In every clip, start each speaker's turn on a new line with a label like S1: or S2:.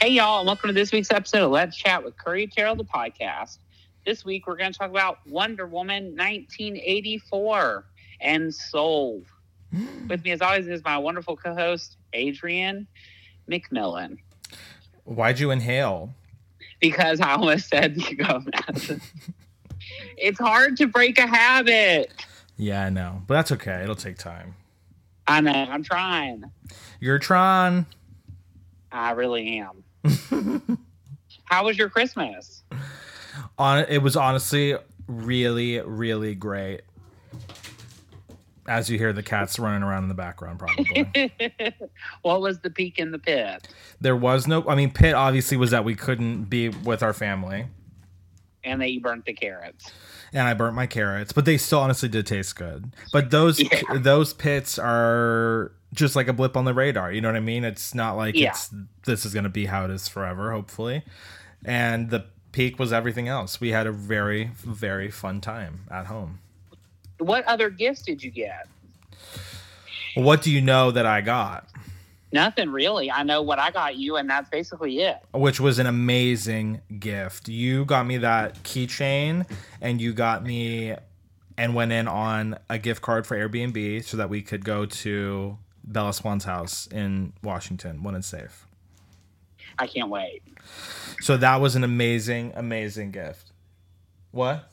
S1: Hey, y'all, and welcome to this week's episode of Let's Chat with Curry Terrell, the podcast. This week, we're going to talk about Wonder Woman 1984 and Soul. with me, as always, is my wonderful co host, Adrian McMillan,
S2: Why'd you inhale?
S1: because I almost said you go, Matt. It's hard to break a habit.
S2: Yeah, I know, but that's okay. It'll take time.
S1: I know, I'm trying.
S2: You're Tron.
S1: I really am. How was your Christmas?
S2: On it was honestly really, really great. As you hear the cats running around in the background, probably
S1: what was the peak in the pit?
S2: there was no. I mean, pit obviously was that we couldn't be with our family,
S1: And they burnt the carrots.
S2: and I burnt my carrots, but they still honestly did taste good. But those
S1: Yeah.
S2: those pits are just like a blip on the radar. You know what I mean? It's not like
S1: Yeah.
S2: it's this is gonna be how it is forever, hopefully. And the peak was everything else. We had a very very fun time at home.
S1: What other gifts did you get?
S2: What do you know that I got?
S1: Nothing really. I know what I got you, and that's basically it.
S2: Which was an amazing gift. You got me that keychain, and you got me and went in on a gift card for Airbnb so that we could go to Bella Swan's house in Washington when it's safe.
S1: I can't wait.
S2: So that was an amazing, amazing gift. What?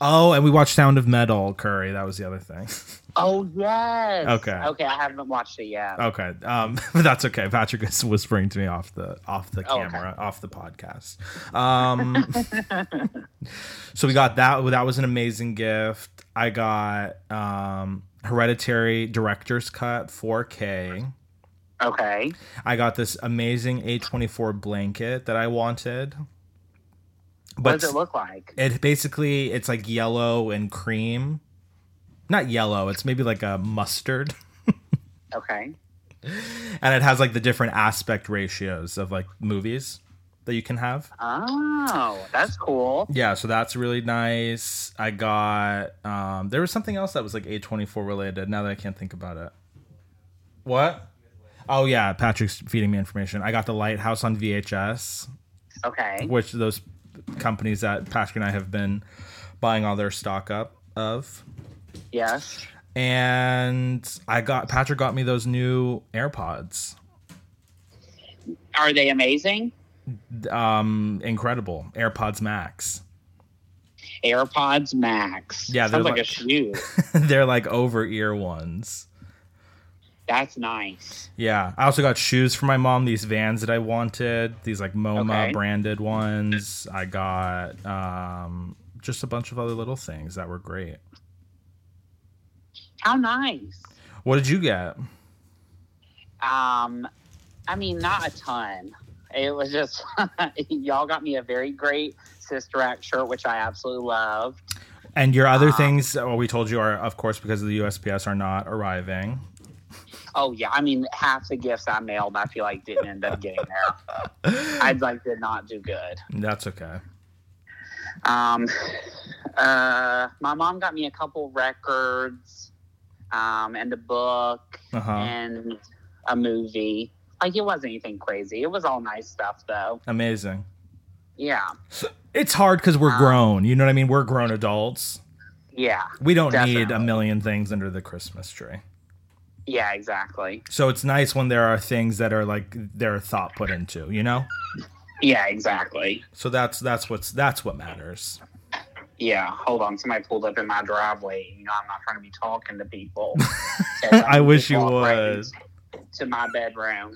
S2: Oh, and we watched Sound of Metal, Curry. That was the other thing.
S1: Oh yes.
S2: Okay.
S1: Okay. I haven't watched it yet.
S2: Okay, um, that's okay. Patrick is whispering to me off the off the
S1: Oh, okay.
S2: camera, off the podcast. Um, so we got that. That was an amazing gift. I got um, Hereditary Director's Cut 4K. Oh.
S1: Okay.
S2: I got this amazing A24 blanket that I wanted.
S1: What
S2: But
S1: does it look like?
S2: it basically it's like yellow and cream. Not yellow. It's maybe like a mustard.
S1: Okay.
S2: and it has like the different aspect ratios of like movies that you can have.
S1: Oh, that's cool.
S2: Yeah, so that's really nice. I got um there was something else that was like A24 related now that I can't think about it. What? Oh yeah, Patrick's feeding me information. I got the Lighthouse on VHS,
S1: Okay.
S2: which those companies that Patrick and I have been buying all their stock up of.
S1: Yes.
S2: And I got Patrick got me those new AirPods.
S1: Are they amazing?
S2: Um incredible. AirPods Max.
S1: AirPods Max.
S2: Yeah, they're
S1: Sounds like, a
S2: like-
S1: shoe.
S2: They're like over ear ones.
S1: that's nice.
S2: Yeah. I also got shoes for my mom, these vans that I wanted, these like MoMA
S1: Okay.
S2: branded ones. I got um, just a bunch of other little things that were great.
S1: How nice.
S2: What did you get?
S1: Um, I mean, not a ton. It was just y'all got me a very great Sister Act shirt, which I absolutely loved.
S2: And your other
S1: Um,
S2: things, uh, well, we told you are, of course, because of the USPS, are not arriving.
S1: Oh yeah, I mean, half the gifts I mailed, I feel like didn't end up getting there. I like did not do good.
S2: That's okay.
S1: Um, uh, my mom got me a couple records, um, and a book
S2: Uh huh.
S1: and a movie. Like it wasn't anything crazy. It was all nice stuff though.
S2: Amazing.
S1: Yeah,
S2: It's hard because we're
S1: Um,
S2: grown. You know what I mean? We're grown adults.
S1: yeah,
S2: We don't need a
S1: definitely.
S2: million things under the Christmas tree.
S1: yeah. Exactly.
S2: So it's nice when there are things that are like there are thought put into, you know?
S1: Yeah, exactly.
S2: So that's that's what's that's what matters.
S1: Yeah, hold on. Somebody pulled up in my driveway. You know, I'm not trying to be talking to people.
S2: I wish you
S1: was
S2: would.
S1: To my bedroom.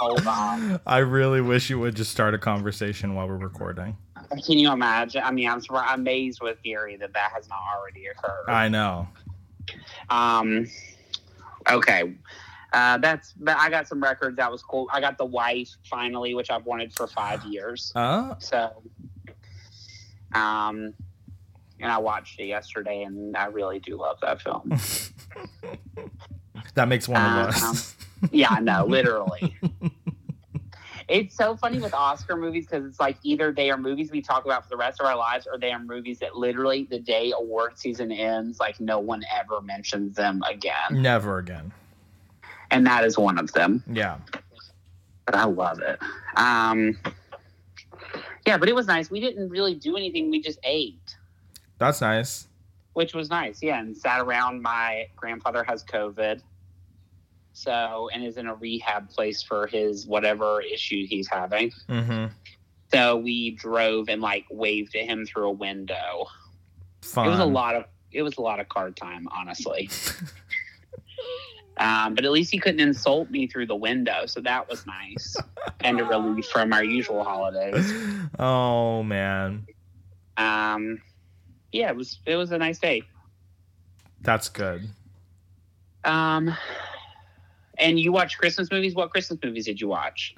S1: hold on.
S2: I really wish you would just start a conversation while we're recording.
S1: Can you imagine? I mean, I'm surprised, I'm amazed with Gary that that has not already occurred.
S2: I know.
S1: Um, okay. Uh, that's but I got some records that was cool. I got the wife finally, which I've wanted for five years.
S2: Uh
S1: So, um, and I watched it yesterday, and I really do love that film.
S2: that makes one
S1: Uh,
S2: of us.
S1: yeah, I know, literally. It's so funny with Oscar movies because it's like either they are movies we talk about for the rest of our lives, or they are movies that literally the day award season ends, like no one ever Um, mentions them again,
S2: Never again.
S1: and that is one of them.
S2: Yeah.
S1: but I love it. Um, yeah, but it was nice. We didn't really do anything. We just ate,
S2: That's nice.
S1: which was nice. Yeah, and sat around. My grandfather has COVID, so and is in a rehab place for his whatever issue he's having.
S2: Mm-hmm.
S1: So we drove and like waved at him through a window.
S2: Fun.
S1: It was a lot of it was a lot of card time, honestly. um, but at least he couldn't insult me through the window, so that was nice and a relief from our usual holidays.
S2: oh man,
S1: Um, yeah, it was it was a nice day.
S2: that's good.
S1: Um, and you watch Christmas movies. What Christmas movies did you watch?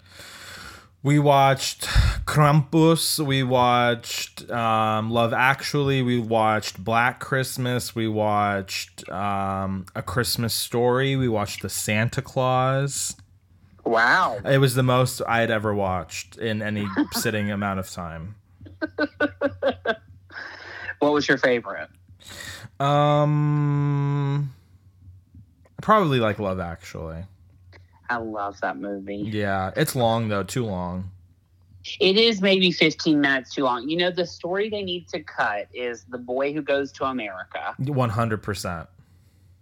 S2: We watched Krampus. We watched um, Love Actually. We watched Black Christmas. We watched um, A Christmas Story. We watched The Santa Claus.
S1: Wow,
S2: It was the most I had ever watched in any sitting amount of time.
S1: what was your favorite?
S2: Um, probably like Love Actually.
S1: I love that movie.
S2: Yeah, it's long though, too long.
S1: It is maybe 15 minutes too long. You know, the story they need to cut is the boy who goes to America.
S2: One hundred percent.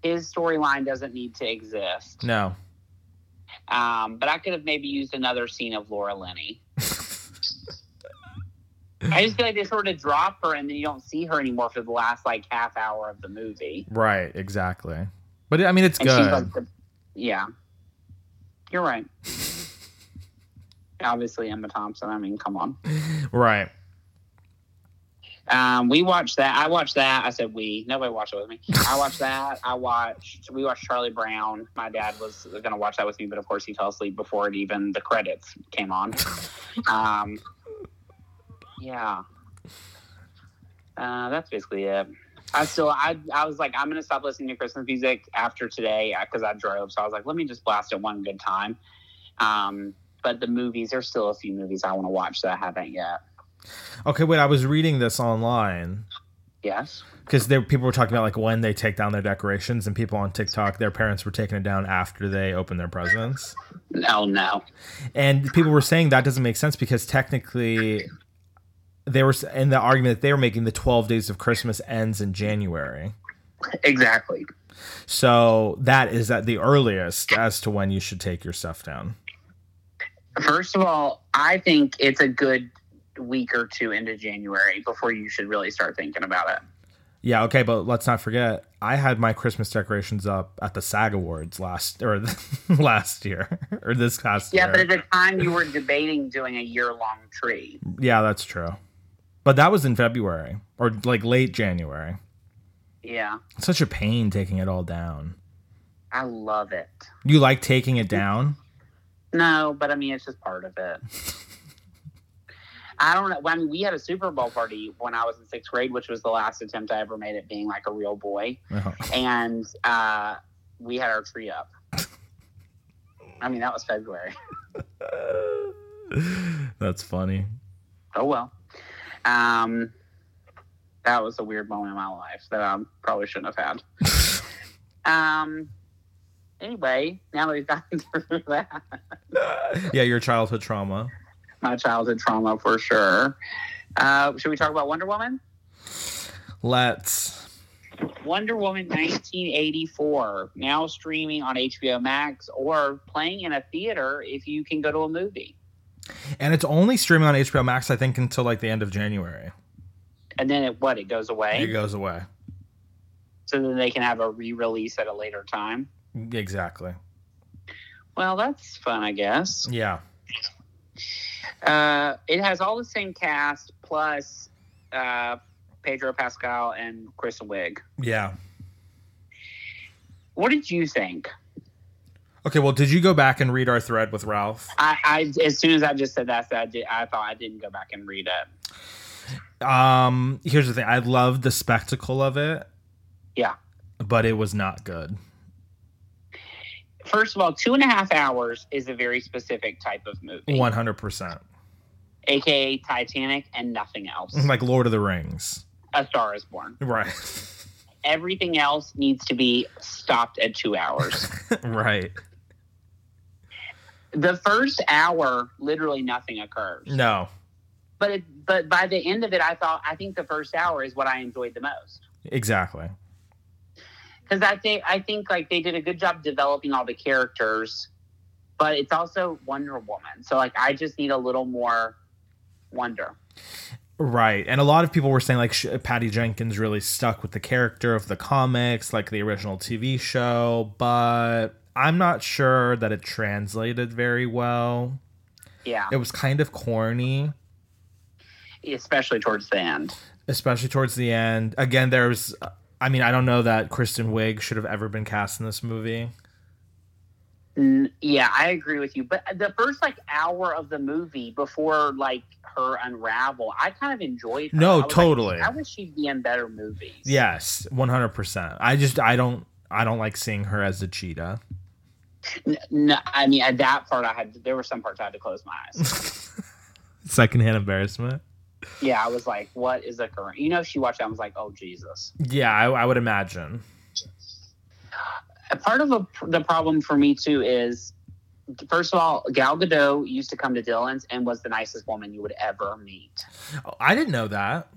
S1: His storyline doesn't need to exist.
S2: No.
S1: Um, but I could have maybe used another scene of Laura Linney. I just feel like they sort of drop her and then you don't see her anymore for the last like half hour of the movie.
S2: Right. Exactly. But I mean, it's
S1: And
S2: good.
S1: she's like, the, yeah, you're right. Obviously, Emma Thompson. I mean, come on.
S2: right.
S1: Um, we watched that. I watched that. I said we. Nobody watched it with me. I watched that. I watched. We watched Charlie Brown. My dad was going to watch that with me, but of course he fell asleep before it even the credits came on. Um, yeah. Uh, that's basically it. I still, I, I was like, I'm gonna stop listening to Christmas music after today because I drove. So I was like, let me just blast it one good time. Um, but the movies, there's still a few movies I want to watch that I haven't yet.
S2: Okay, wait. I was reading this online
S1: Yes.
S2: because there people were talking about like when they take down their decorations, and people on TikTok, their parents were taking it down after they opened their presents,
S1: No, Oh, no.
S2: and people were saying that doesn't make sense because technically, they were s- in the argument that they were making the twelve days of Christmas ends in January,
S1: Exactly.
S2: so that is at the earliest as to when you should take your stuff down.
S1: First of all, I think it's a good week or two into January before you should really start thinking about it.
S2: Yeah, okay, but let's not forget I had my Christmas decorations up at the SAG Awards last or last year or this past
S1: Yeah,
S2: year.
S1: but at the time you were debating doing a year long tree.
S2: yeah, that's true. But that was in February or like late January.
S1: Yeah,
S2: It's such a pain taking it all down.
S1: I love it.
S2: You like taking it down?
S1: No, but I mean, it's just part of it. I don't know. I mean, we had a Super Bowl party when I was in sixth grade, which was the last attempt I ever made at being like a real boy.
S2: Oh,
S1: And uh, we had our tree up. I mean, that was February.
S2: that's funny.
S1: Oh, well. Um, that was a weird moment in my life that I probably shouldn't have had. um, anyway, now that we've gotten through that.
S2: yeah, your childhood trauma.
S1: my childhood trauma for sure. Uh, should we talk about Wonder Woman?
S2: Let's.
S1: Wonder Woman 1984, now streaming on HBO Max or playing in a theater if you can go to a movie.
S2: And it's only streaming on HBO Max, I think, until like the end of January.
S1: And then it, what? It goes away.
S2: It goes away.
S1: So then they can have a re release at a later time.
S2: Exactly.
S1: Well, that's fun, I guess.
S2: Yeah.
S1: Uh, it has all the same cast plus uh, Pedro Pascal and Kristen Wiig.
S2: Yeah.
S1: What did you think?
S2: Okay, well, did you go back and read our thread with Ralph?
S1: I, I as soon as I just said that, I, said I, did, I thought I didn't go back and read it.
S2: Um, here's the thing. I loved the spectacle of it.
S1: Yeah.
S2: But it was not good.
S1: first of all, two and a half hours is a very specific type of movie,
S2: 100%.
S1: aka Titanic and nothing else.
S2: Like Lord of the Rings.
S1: A Star is Born.
S2: Right.
S1: Everything else needs to be stopped at two hours.
S2: right.
S1: the first hour, literally nothing occurs.
S2: No.
S1: But it, but by the end of it, I thought I think the first hour is what I enjoyed the most
S2: Exactly.
S1: because I think I think like they did a good job developing all the characters, but it's also Wonder Woman. So like I just need a little more wonder.
S2: Right. And a lot of people were saying like sh- Patty Jenkins really stuck with the character of the comics, like the original TV show, but I'm not sure that it translated very well.
S1: Yeah,
S2: It was kind of corny,
S1: especially towards the end.
S2: especially towards the end. Again, there was I mean, I don't know that Kristen Wiig should have ever been cast in this movie.
S1: N- Yeah, I agree with you. But uh, the first like hour of the movie before like her unravel, I kind of enjoyed. her.
S2: No,
S1: I was like,
S2: totally.
S1: I wish she'd be in better movies.
S2: Yes, 100%. I just I don't I don't like seeing her as a cheetah.
S1: N- No, I mean at that part, I had there were some parts I had to close my eyes.
S2: Secondhand embarrassment.
S1: yeah, I was like, what is occurring? You know, she watched. that and was like, oh Jesus.
S2: Yeah, I, I would imagine.
S1: A part of a, the problem for me too is, first of all, Gal Gadot used to come to Dylan's and was the nicest woman you would ever meet.
S2: Oh, I didn't know that.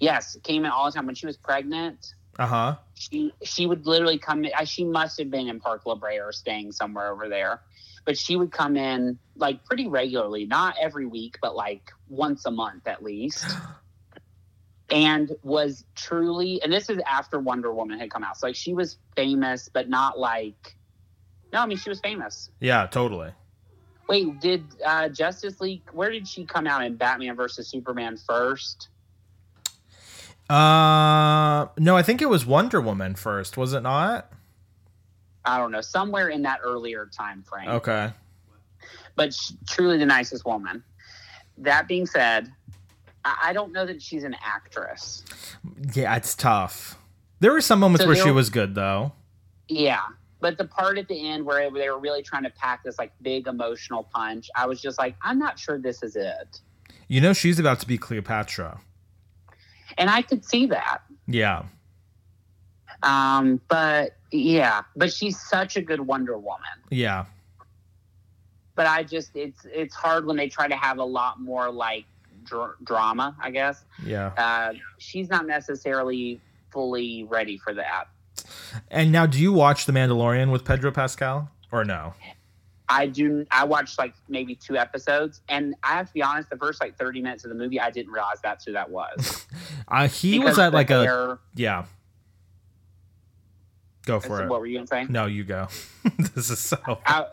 S1: Yes, came in all the time when she was pregnant.
S2: Uh huh.
S1: she she would literally come in. uh, She must have been in Park La Brea or staying somewhere over there, but she would come in like pretty regularly, not every week, but like once a month at least. And was truly, and this is after Wonder Woman had come out. So like she was famous, but not like, no, I mean she was famous.
S2: Yeah, totally.
S1: Wait, did uh, Justice League? Where did she come out in Batman versus Superman first?
S2: Uh, no, I think it was Wonder Woman first, was it not?
S1: I don't know, somewhere in that earlier time frame.
S2: Okay.
S1: but sh truly the nicest woman. That being said, I, I don't know that she's an actress.
S2: Yeah, it's tough. There were some moments
S1: So
S2: where
S1: they
S2: she
S1: were-
S2: was good though.
S1: Yeah, but the part at the end where they were really trying to pack this like big emotional punch, I was just like, I'm not sure this is it,
S2: You know, she's about to be Cleopatra.
S1: and I could see that.
S2: Yeah.
S1: Um, but yeah, but she's such a good Wonder Woman.
S2: Yeah.
S1: But I just it's it's hard when they try to have a lot more like dr- drama. I guess
S2: Yeah.
S1: uh, she's not necessarily fully ready for that.
S2: And now, do you watch The Mandalorian with Pedro Pascal or no?
S1: I do. I watched like maybe two episodes, and I have to be honest. The first like thirty minutes of the movie, I didn't realize that's who that was.
S2: Uh, he
S1: Because
S2: was at
S1: the
S2: like a
S1: hair-
S2: yeah. Go for it.
S1: What were you gonna say?
S2: No, you go. this is so.
S1: I,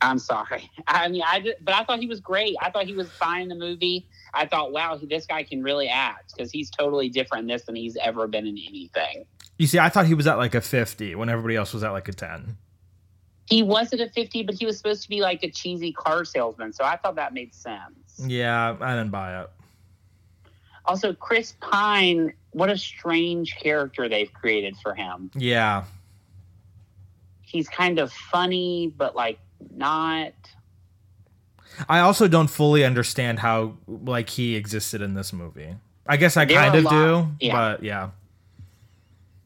S1: I'm sorry. I mean, I did, but I thought he was great. I thought he was fine in the movie. I thought, wow, he- this guy can really act because he's totally different in this than he's ever been in anything.
S2: You see, I thought he was at like a fifty when everybody else was at like a ten.
S1: He wasn't a fifty, but he was supposed to be like a cheesy car salesman, so I thought that made sense.
S2: Yeah, I didn't buy it.
S1: Also, Chris Pine, what a strange character they've created for him.
S2: Yeah,
S1: he's kind of funny, but like not.
S2: I also don't fully understand how like he existed in this movie. I guess I
S1: There are
S2: kind
S1: a
S2: of
S1: lot-
S2: do,
S1: yeah.
S2: but yeah,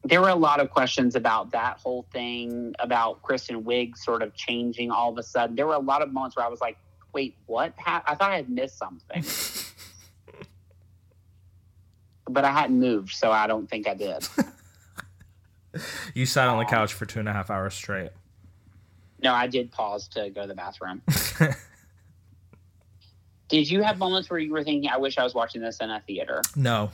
S1: There were a lot of questions about that whole thing about Kristen Wiig sort of changing all of a sudden. There were a lot of moments where I was like, "Wait, what? Ha- I thought I had missed something." But I hadn't moved, so I don't think I did.
S2: you sat on the couch for two and a half hours straight.
S1: No, I did pause to go to the bathroom. did you have moments where you were thinking, I wish I was watching this in a theater?
S2: No,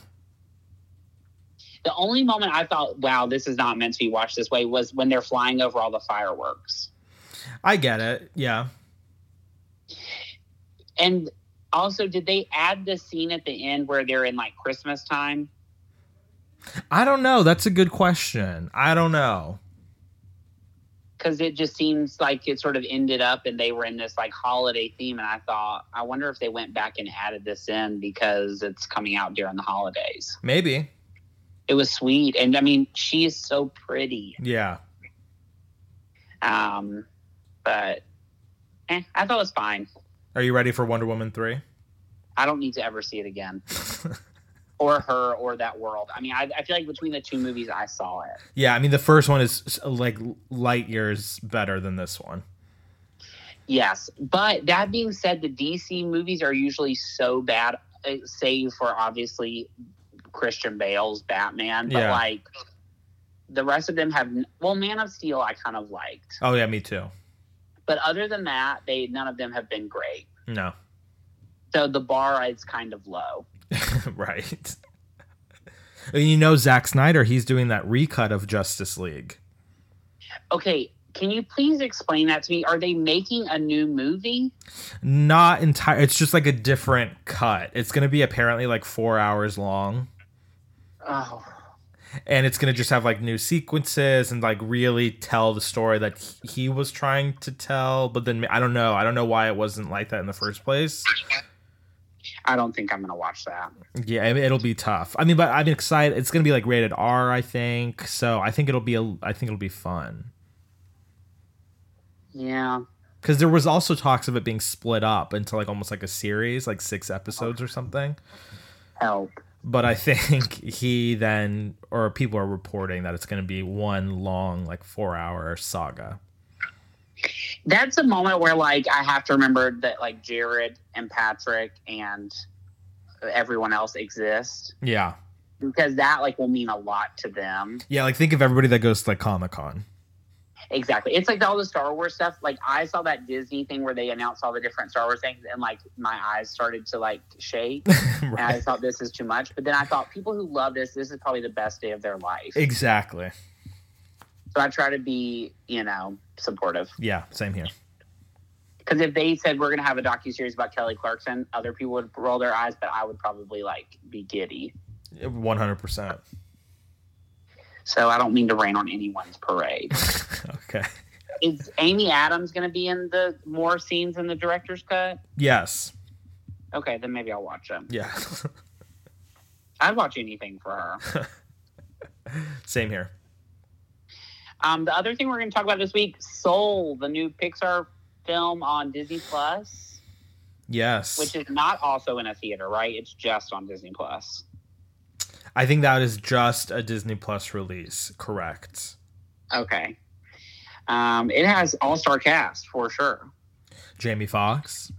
S1: The only moment I thought, wow, this is not meant to be watched this way was when they're flying over all the fireworks.
S2: I get it. Yeah,
S1: And also, did they add the scene at the end where they're in like Christmas time?
S2: I don't know. That's a good question. I don't know.
S1: Because it just seems like it sort of ended up and they were in this like holiday theme. And I thought, I wonder if they went back and added this in because it's coming out during the holidays.
S2: Maybe.
S1: It was sweet. And I mean, she is so pretty.
S2: Yeah.
S1: Um, but eh, I thought it was fine.
S2: Are you ready for Wonder Woman three?
S1: I don't need to ever see it again. or her or that world. I mean, I, I feel like between the two movies, I saw it.
S2: Yeah, I mean the first one is s- like light years better than this one.
S1: Yes, but that being said, the DC movies are usually so bad, uh, save for obviously Christian Bale's Batman. But
S2: Yeah.
S1: like the rest of them have, n- well, Man of Steel I kind of liked,
S2: Oh yeah, me too.
S1: but other than that, they none of them have been great.
S2: No,
S1: So the bar is kind of low.
S2: right. And you know Zack Snyder, he's doing that recut of Justice League.
S1: Okay, can you please explain that to me? Are they making a new movie?
S2: Not entire. It's just like a different cut. It's gonna be apparently like four hours long,
S1: Oh,
S2: and it's gonna just have like new sequences and like really tell the story that he- he was trying to tell. But then I don't know. I don't know why it wasn't like that in the first place.
S1: I don't think I'm gonna watch that.
S2: Yeah, I mean, it'll be tough. I mean, but I'm excited. It's gonna be like rated R, I think. So I think it'll be a. I think it'll be fun
S1: Yeah.
S2: because there was also talks of it being split up into like almost like a series, like six episodes or something.
S1: Help.
S2: But I think he then, or people are reporting that it's gonna be one long, like four hour saga.
S1: That's a moment where like I have to remember that like Jared and Patrick and everyone else exist
S2: Yeah,
S1: because that like will mean a lot to them.
S2: yeah. Like think of everybody that goes to like Comic Con.
S1: Exactly. It's like all the Star Wars stuff. Like I saw that Disney thing where they announced all the different Star Wars things and like my eyes started to like shake. And I
S2: right.
S1: thought this is too much. But then I thought people who love this, this is probably the best day of their life.
S2: Exactly.
S1: So I try to be, you know, supportive.
S2: Yeah. Same here.
S1: Because if they said we're going to have a docu series about Kelly Clarkson, other people would roll their eyes, but I would probably like be giddy.
S2: One hundred percent.
S1: So I don't mean to rain on anyone's parade.
S2: Okay.
S1: is Amy Adams going to be in the more scenes in the director's cut?
S2: Yes.
S1: Okay, then maybe I'll watch them.
S2: Yeah.
S1: I'd watch anything for her.
S2: same here.
S1: Um, the other thing we're going to talk about this week, Soul, the new Pixar film on Disney Plus.
S2: Yes.
S1: which is not also in a theater, right? It's just on Disney Plus.
S2: I think that is just a Disney Plus release. Correct.
S1: Okay. Um, it has all star cast for sure.
S2: Jamie Foxx,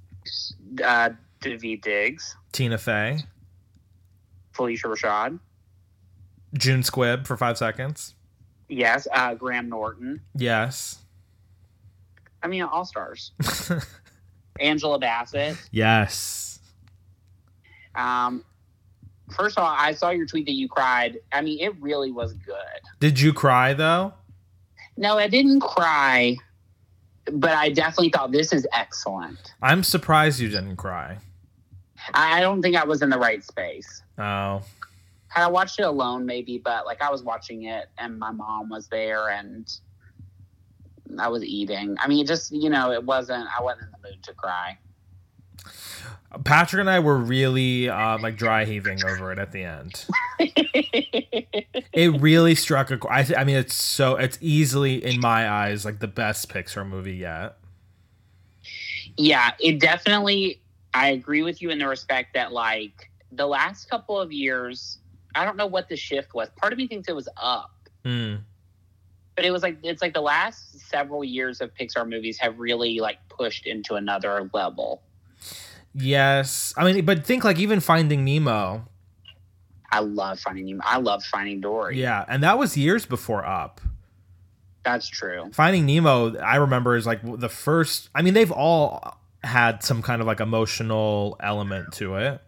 S1: Uh, David Diggs,
S2: Tina Fey,
S1: Felicia Rashad,
S2: June Squibb for five seconds.
S1: yes, uh, Graham Norton.
S2: Yes.
S1: I mean, all stars. Angela Bassett.
S2: yes.
S1: Um, first of all, I saw your tweet that you cried. I mean, it really was good.
S2: Did you cry though?
S1: No, I didn't cry, but I definitely thought this is excellent.
S2: I'm surprised you didn't cry.
S1: I I don't think I was in the right space.
S2: Oh.
S1: had I watched it alone, maybe, but like I was watching it and my mom was there and I was eating. I mean, it just, you know, it wasn't, I wasn't in the mood to cry.
S2: Patrick and I were really uh, like dry heaving over it at the end. It really struck a. I, th- I mean, it's so it's easily in my eyes like the best Pixar movie yet.
S1: yeah, it definitely, I agree with you in the respect that like the last couple of years, I don't know what the shift was. Part of me thinks it was up.
S2: Mm.
S1: But it was like it's like the last several years of Pixar movies have really like pushed into another level.
S2: Yes. I mean, but think like even Finding Nemo.
S1: I love Finding Nemo. I love Finding Dory.
S2: Yeah. And that was years before Up.
S1: That's true.
S2: Finding Nemo, I remember, is like the first. I mean, they've all had some kind of like emotional element to it.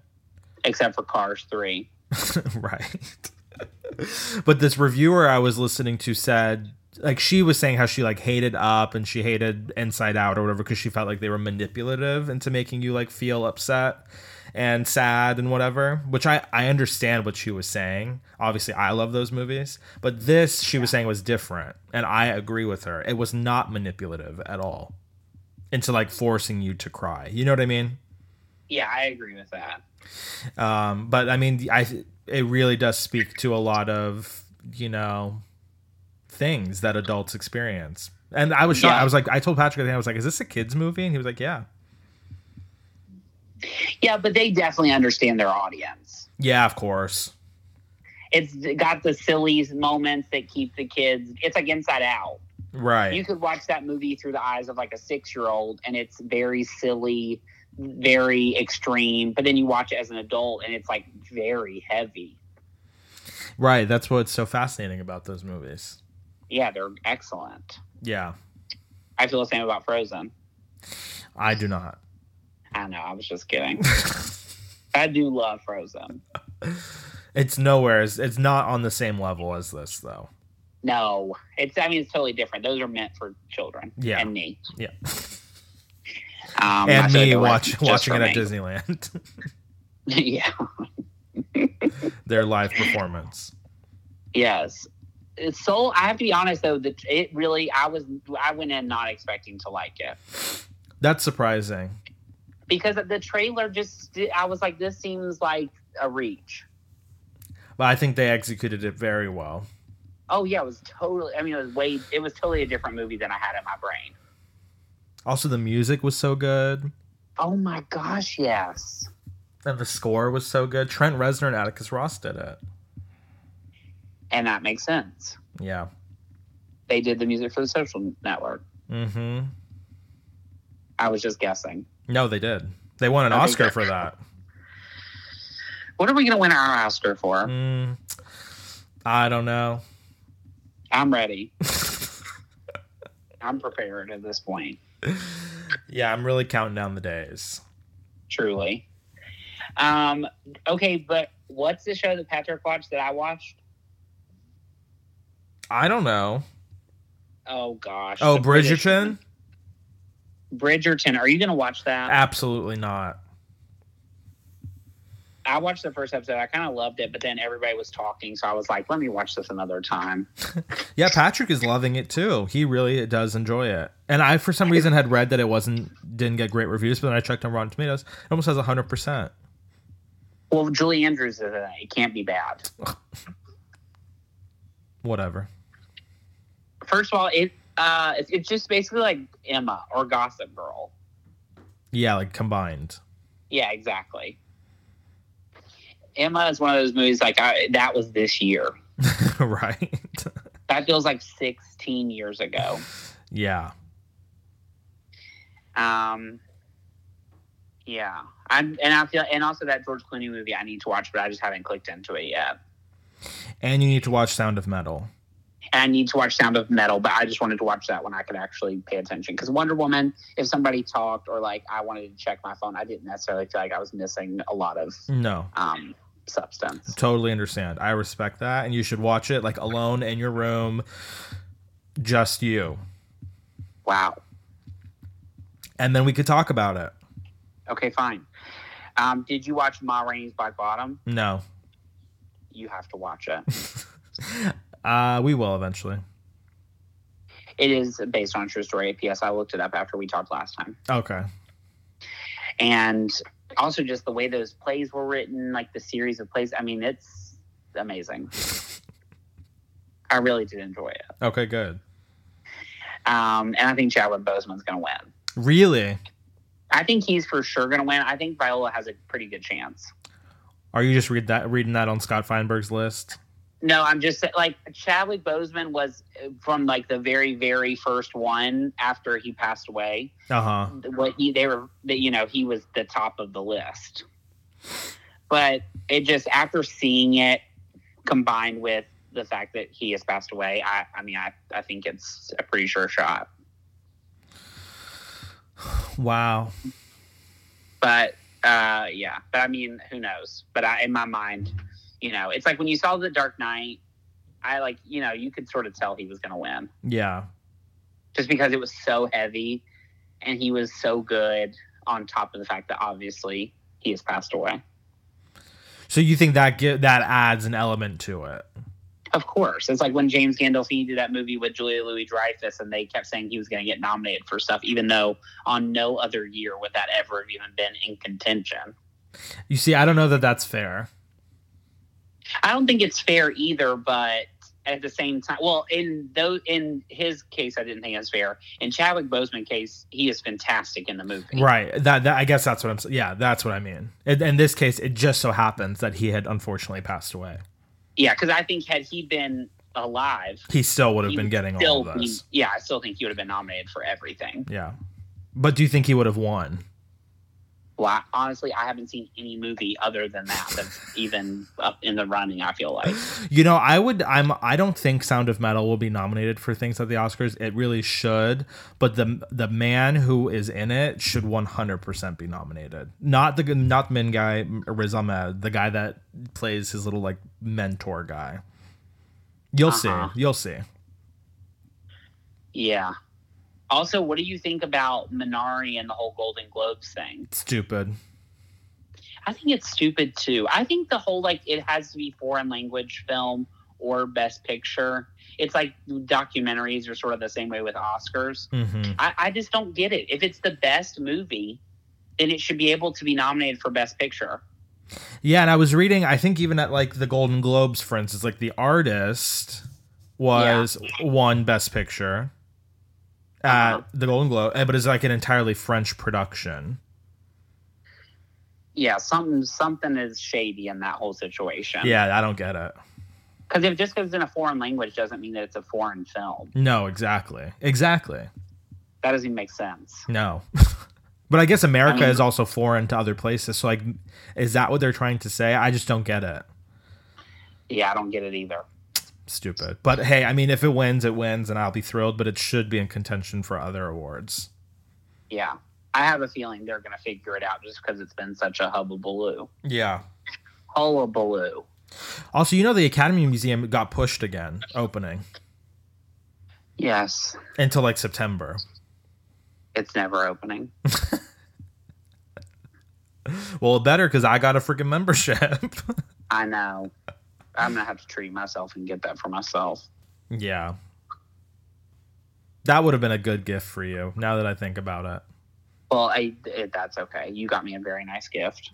S1: except for Cars 3.
S2: right. but this reviewer I was listening to said, like, she was saying how she like hated Up and she hated Inside Out or whatever because she felt like they were manipulative into making you like feel upset and sad and whatever. Which I I understand what she was saying. Obviously, I love those movies, but this she was saying was different, and I agree with her. It was not manipulative at all into like forcing you to cry. You know what I mean?
S1: Yeah, I agree with that.
S2: um but i mean i it really does speak to a lot of you know things that adults experience and i was shocked
S1: Yeah.
S2: i was like i told patrick i was like is this a kids movie and he was like yeah
S1: Yeah, but they definitely understand their audience.
S2: yeah of course
S1: It's got the silly moments that keep the kids. It's like Inside Out.
S2: Right.
S1: You could watch that movie through the eyes of like a six year old, and it's very silly, very extreme. But then you watch it as an adult, and it's like very heavy.
S2: right. That's what's so fascinating about those movies.
S1: Yeah, they're excellent.
S2: Yeah.
S1: I feel the same about Frozen.
S2: I do not.
S1: I know, I was just kidding. I do love Frozen.
S2: It's nowhere. It's, it's not on the same level as this, though.
S1: No, it's. I mean, it's totally different. Those are meant for children.
S2: Yeah.
S1: and me.
S2: Yeah.
S1: Um, I
S2: and
S1: feel like
S2: me
S1: they were
S2: watch,
S1: just
S2: watching
S1: for
S2: it at
S1: me.
S2: Disneyland,
S1: yeah.
S2: their live performance.
S1: Yes. It's so I have to be honest though that it really I was I went in not expecting to like it
S2: That's surprising.
S1: because the trailer just I was like this seems like a reach.
S2: But I think they executed it very well.
S1: Oh yeah, it was totally. I mean, it was way. It was totally a different movie than I had in my brain.
S2: Also, the music was so good,
S1: Oh my gosh, yes.
S2: and the score was so good. Trent Reznor and Atticus Ross did it.
S1: And that makes sense.
S2: Yeah.
S1: They did the music for the Social Network.
S2: hmm
S1: I was just guessing.
S2: No, they did. They won an
S1: I think
S2: Oscar
S1: that-
S2: for that.
S1: What are we gonna win our Oscar for?
S2: Mm, I don't know.
S1: I'm ready. I'm prepared at this point.
S2: Yeah, I'm really counting down the days.
S1: truly. Um, okay, but what's the show that Patrick watched that I watched?
S2: I don't know.
S1: Oh gosh.
S2: Oh,
S1: The British-
S2: Bridgerton? Ah.
S1: Bridgerton. Are you gonna watch that?
S2: Absolutely not.
S1: I watched the first episode. I kind of loved it, but then everybody was talking, so I was like, "Let me watch this another time."
S2: Yeah, Patrick is loving it too. He really does enjoy it. And I, for some reason, had read that it wasn't didn't get great reviews, but then I checked on Rotten Tomatoes. It almost has hundred percent.
S1: Well, Julie Andrews is in it. It can't be bad.
S2: Whatever.
S1: First of all, it uh, it's, it's just basically like Emma or Gossip Girl.
S2: Yeah, like combined.
S1: Yeah, exactly. Emma is one of those movies like I, that was this year.
S2: right.
S1: That feels like 16 years ago.
S2: Yeah.
S1: Um, yeah, I'm, and I feel, and also that George Clooney movie I need to watch, but I just haven't clicked into it yet.
S2: And you need to watch Sound of Metal.
S1: And I need to watch Sound of Metal, but I just wanted to watch that when I could actually pay attention. Because Wonder Woman, if somebody talked or like I wanted to check my phone, I didn't necessarily feel like I was missing a lot of
S2: No.
S1: um, substance.
S2: Totally understand. I respect that. And you should watch it like alone in your room. Just you.
S1: Wow.
S2: And then we could talk about it.
S1: Okay, fine. Um, did you watch Ma Rainey's Black Bottom?
S2: No.
S1: You have to watch it.
S2: Uh we will eventually.
S1: it is based on a true story. P.S. I looked it up after we talked last time.
S2: Okay.
S1: and also just the way those plays were written, like the series of plays. I mean, it's amazing. I really did enjoy it,
S2: Okay, good.
S1: um, and I think Chadwick Boseman's going to win.
S2: Really?
S1: I think he's for sure going to win. I think Viola has a pretty good chance.
S2: Are you just read that reading that on Scott Feinberg's list?
S1: No, I'm just sa- like Chadwick Boseman was uh, from like the very, very first one after he passed away.
S2: Uh-huh.
S1: what he, they were that you know he was the top of the list but it just after seeing it combined with the fact that he has passed away i i mean i i think it's a pretty sure shot
S2: Wow.
S1: but uh yeah but i mean who knows but i in my mind you know it's like when you saw the dark knight i like you know you could sort of tell he was gonna win
S2: Yeah.
S1: just because it was so heavy and he was so good on top of the fact that obviously he has passed away
S2: So you think that gi- that adds an element to it?
S1: Of course. It's like when James Gandolfini did that movie with Julia Louis Dreyfus, and they kept saying he was going to get nominated for stuff, even though on no other year would that ever have even been in contention.
S2: You see, I don't know that that's fair.
S1: I don't think it's fair either, but at the same time, well, in though in his case, I didn't think it's fair. In Chadwick Boseman's case, he is fantastic in the movie.
S2: Right. That, that I guess that's what I'm. s- Yeah, that's what I mean. In, in this case, it just so happens that he had unfortunately passed away.
S1: Yeah, because I think had he been alive,
S2: He still would have
S1: he
S2: been
S1: would
S2: getting
S1: still
S2: all of
S1: be-
S2: this.
S1: yeah, I still think he would have been nominated for everything.
S2: Yeah. But do you think he would have won?
S1: Well, I, honestly, I haven't seen any movie other than that that's even up in the running. I feel like
S2: You know, I would I'm I don't think Sound of Metal will be nominated for things at the Oscars. It really should, but the the man who is in it should 100% be nominated. Not the not the Min guy Riz Ahmed, the guy that plays his little like mentor guy. You'll
S1: Uh-huh.
S2: see. You'll see.
S1: Yeah. Also, what do you think about Minari and the whole Golden Globes thing?
S2: Stupid.
S1: I think it's stupid too. I think the whole like it has to be foreign language film or best picture. It's like documentaries are sort of the same way with Oscars.
S2: Mhm.
S1: I, I just don't get it. If it's the best movie, then it should be able to be nominated for best picture.
S2: Yeah, and I was reading, I think even at like the Golden Globes, for instance, like the artist was one best picture at
S1: Uh-huh.
S2: the Golden Globe, eh, but it's like an entirely French production.
S1: Yeah, something something is shady in that whole situation.
S2: Yeah, I don't get it.
S1: because if just because it's in a foreign language doesn't mean that it's a foreign film.
S2: No, exactly. Exactly.
S1: That doesn't even make sense.
S2: No. but I guess America
S1: I mean-
S2: is also foreign to other places. So, like, is that what they're trying to say? I just don't get it.
S1: Yeah, I don't get it either.
S2: Stupid. But hey, I mean, if it wins, it wins, and I'll be thrilled, but it should be in contention for other awards.
S1: Yeah. I have a feeling they're going to figure it out just because it's been such a hubbubaloo.
S2: Yeah.
S1: Hullabaloo.
S2: Also, you know the Academy Museum got pushed again, opening
S1: Yes.
S2: until like September.
S1: It's never opening.
S2: Well, better because I got a freaking membership.
S1: I know. I'm going to have to treat myself and get that for myself.
S2: yeah, that would have been a good gift for you. Now that I think about it,
S1: Well, I, it, that's okay. You got me a very nice gift.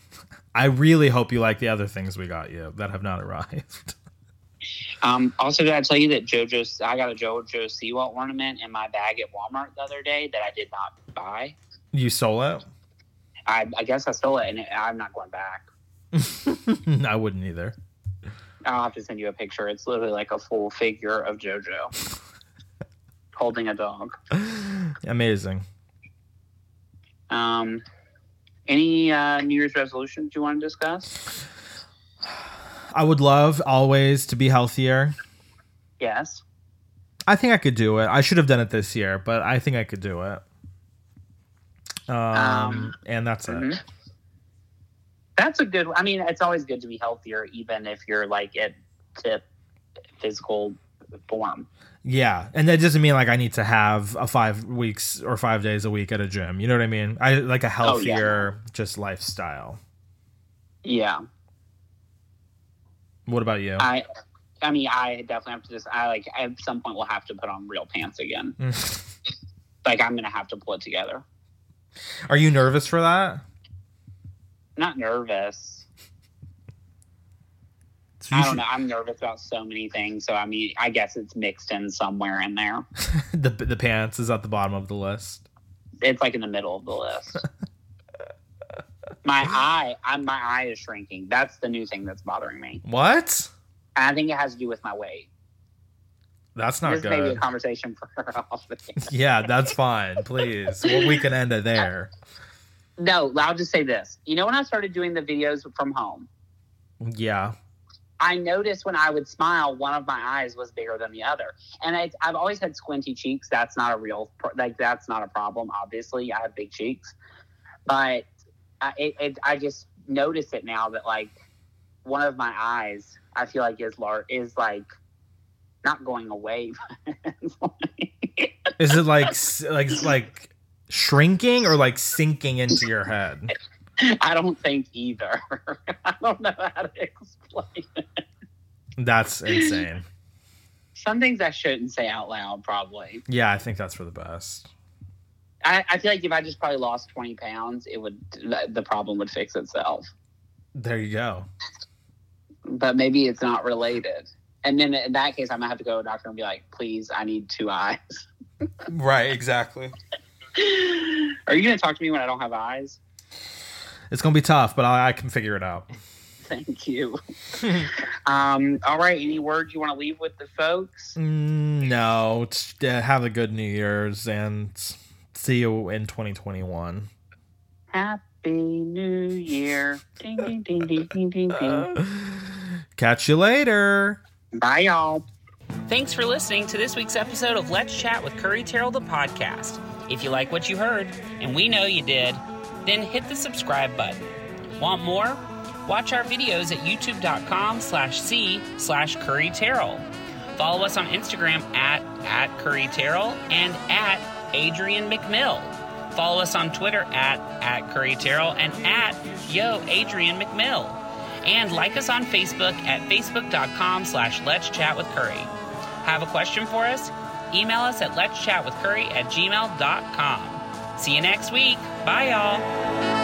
S2: I really hope you like the other things we got you that have not arrived.
S1: Um, also, did I tell you that JoJo's, I got a JoJo Siwa ornament in my bag at Walmart the other day that I did not buy.
S2: You stole it.
S1: I, I guess I stole it and I'm not going back.
S2: I wouldn't either.
S1: I'll have to send you a picture. It's literally like a full figure of JoJo holding a dog.
S2: Amazing.
S1: Um, any uh, New Year's resolutions you want to discuss?
S2: I would love always to be healthier.
S1: Yes.
S2: I think I could do it. I should have done it this year, but I think I could do it. Um,
S1: Um,
S2: and that's it.
S1: Mhm. That's a good. I mean, it's always good to be healthier, even if you're like at tip physical form.
S2: Yeah, and that doesn't mean like I need to have a five weeks or five days a week at a gym. You know what I mean? I like
S1: Oh,
S2: a healthier just lifestyle.
S1: Yeah.
S2: What about you?
S1: I. I mean, I definitely have to just. I like at some point will have to put on real pants again. Like I'm gonna have to pull it together.
S2: Are you nervous for that?
S1: Not nervous.
S2: So you
S1: I don't know. I'm nervous about so many things. So I mean, I guess it's mixed in somewhere in there.
S2: should- the the pants is at the bottom of the list.
S1: It's like in the middle of the list. my eye, I, my eye is shrinking. That's the new thing that's bothering me.
S2: What?
S1: I think it has to do with my weight.
S2: That's not
S1: this may be a
S2: good.
S1: conversation for her off. the air.
S2: Yeah, that's fine. Please, well, we can end it there.
S1: no, I'll just say this. You know, when I started doing the videos from home,
S2: Yeah,
S1: I noticed when I would smile, one of my eyes was bigger than the other. And I, I've always had squinty cheeks. That's not a real, pro- like, that's not a problem. Obviously, I have big cheeks. But I, it, it, I just notice it now that, like, one of my eyes, I feel like is large, is like not going away. but it's like-
S2: is it like s- like like shrinking or like sinking into your head?
S1: I don't think either. I don't know how to explain.
S2: That's insane.
S1: Some things I shouldn't say out loud, probably.
S2: Yeah, I think that's for the best.
S1: I, I feel like if I just probably lost 20 pounds, it would the the problem would fix itself.
S2: There you go.
S1: But maybe it's not related. And then in that case, I'm gonna have to go to a doctor and be like, "Please, I need two eyes."
S2: Right, exactly.
S1: Are you gonna talk to me when I don't have eyes?
S2: It's gonna be tough, but I, I can figure it out.
S3: Thank you. um, all right. Any word you want to leave with the folks?
S2: Mm, No, it's, uh, have a good New Year's and see you in 2021.
S3: Happy New Year. Ding, ding, ding, ding, ding, ding,
S2: Uh.
S3: ding.
S2: Catch you later.
S3: Bye, y'all. Thanks for listening to this week's episode of Let's Chat with Curry Terrell, the podcast. If you like what you heard, and we know you did, then hit the subscribe button. Want more? Watch our videos at youtube.com slash C slash Curry Terrell. Follow us on Instagram at, at Curry Terrell and at Adrian McMill. Follow us on Twitter at, at Curry Terrell and at Yo Adrian McMill and like us on Facebook at facebook.com slash let's chat with curry. Have a question for us? Email us at let's chat with curry at gmail.com. See you next week. Bye, y'all.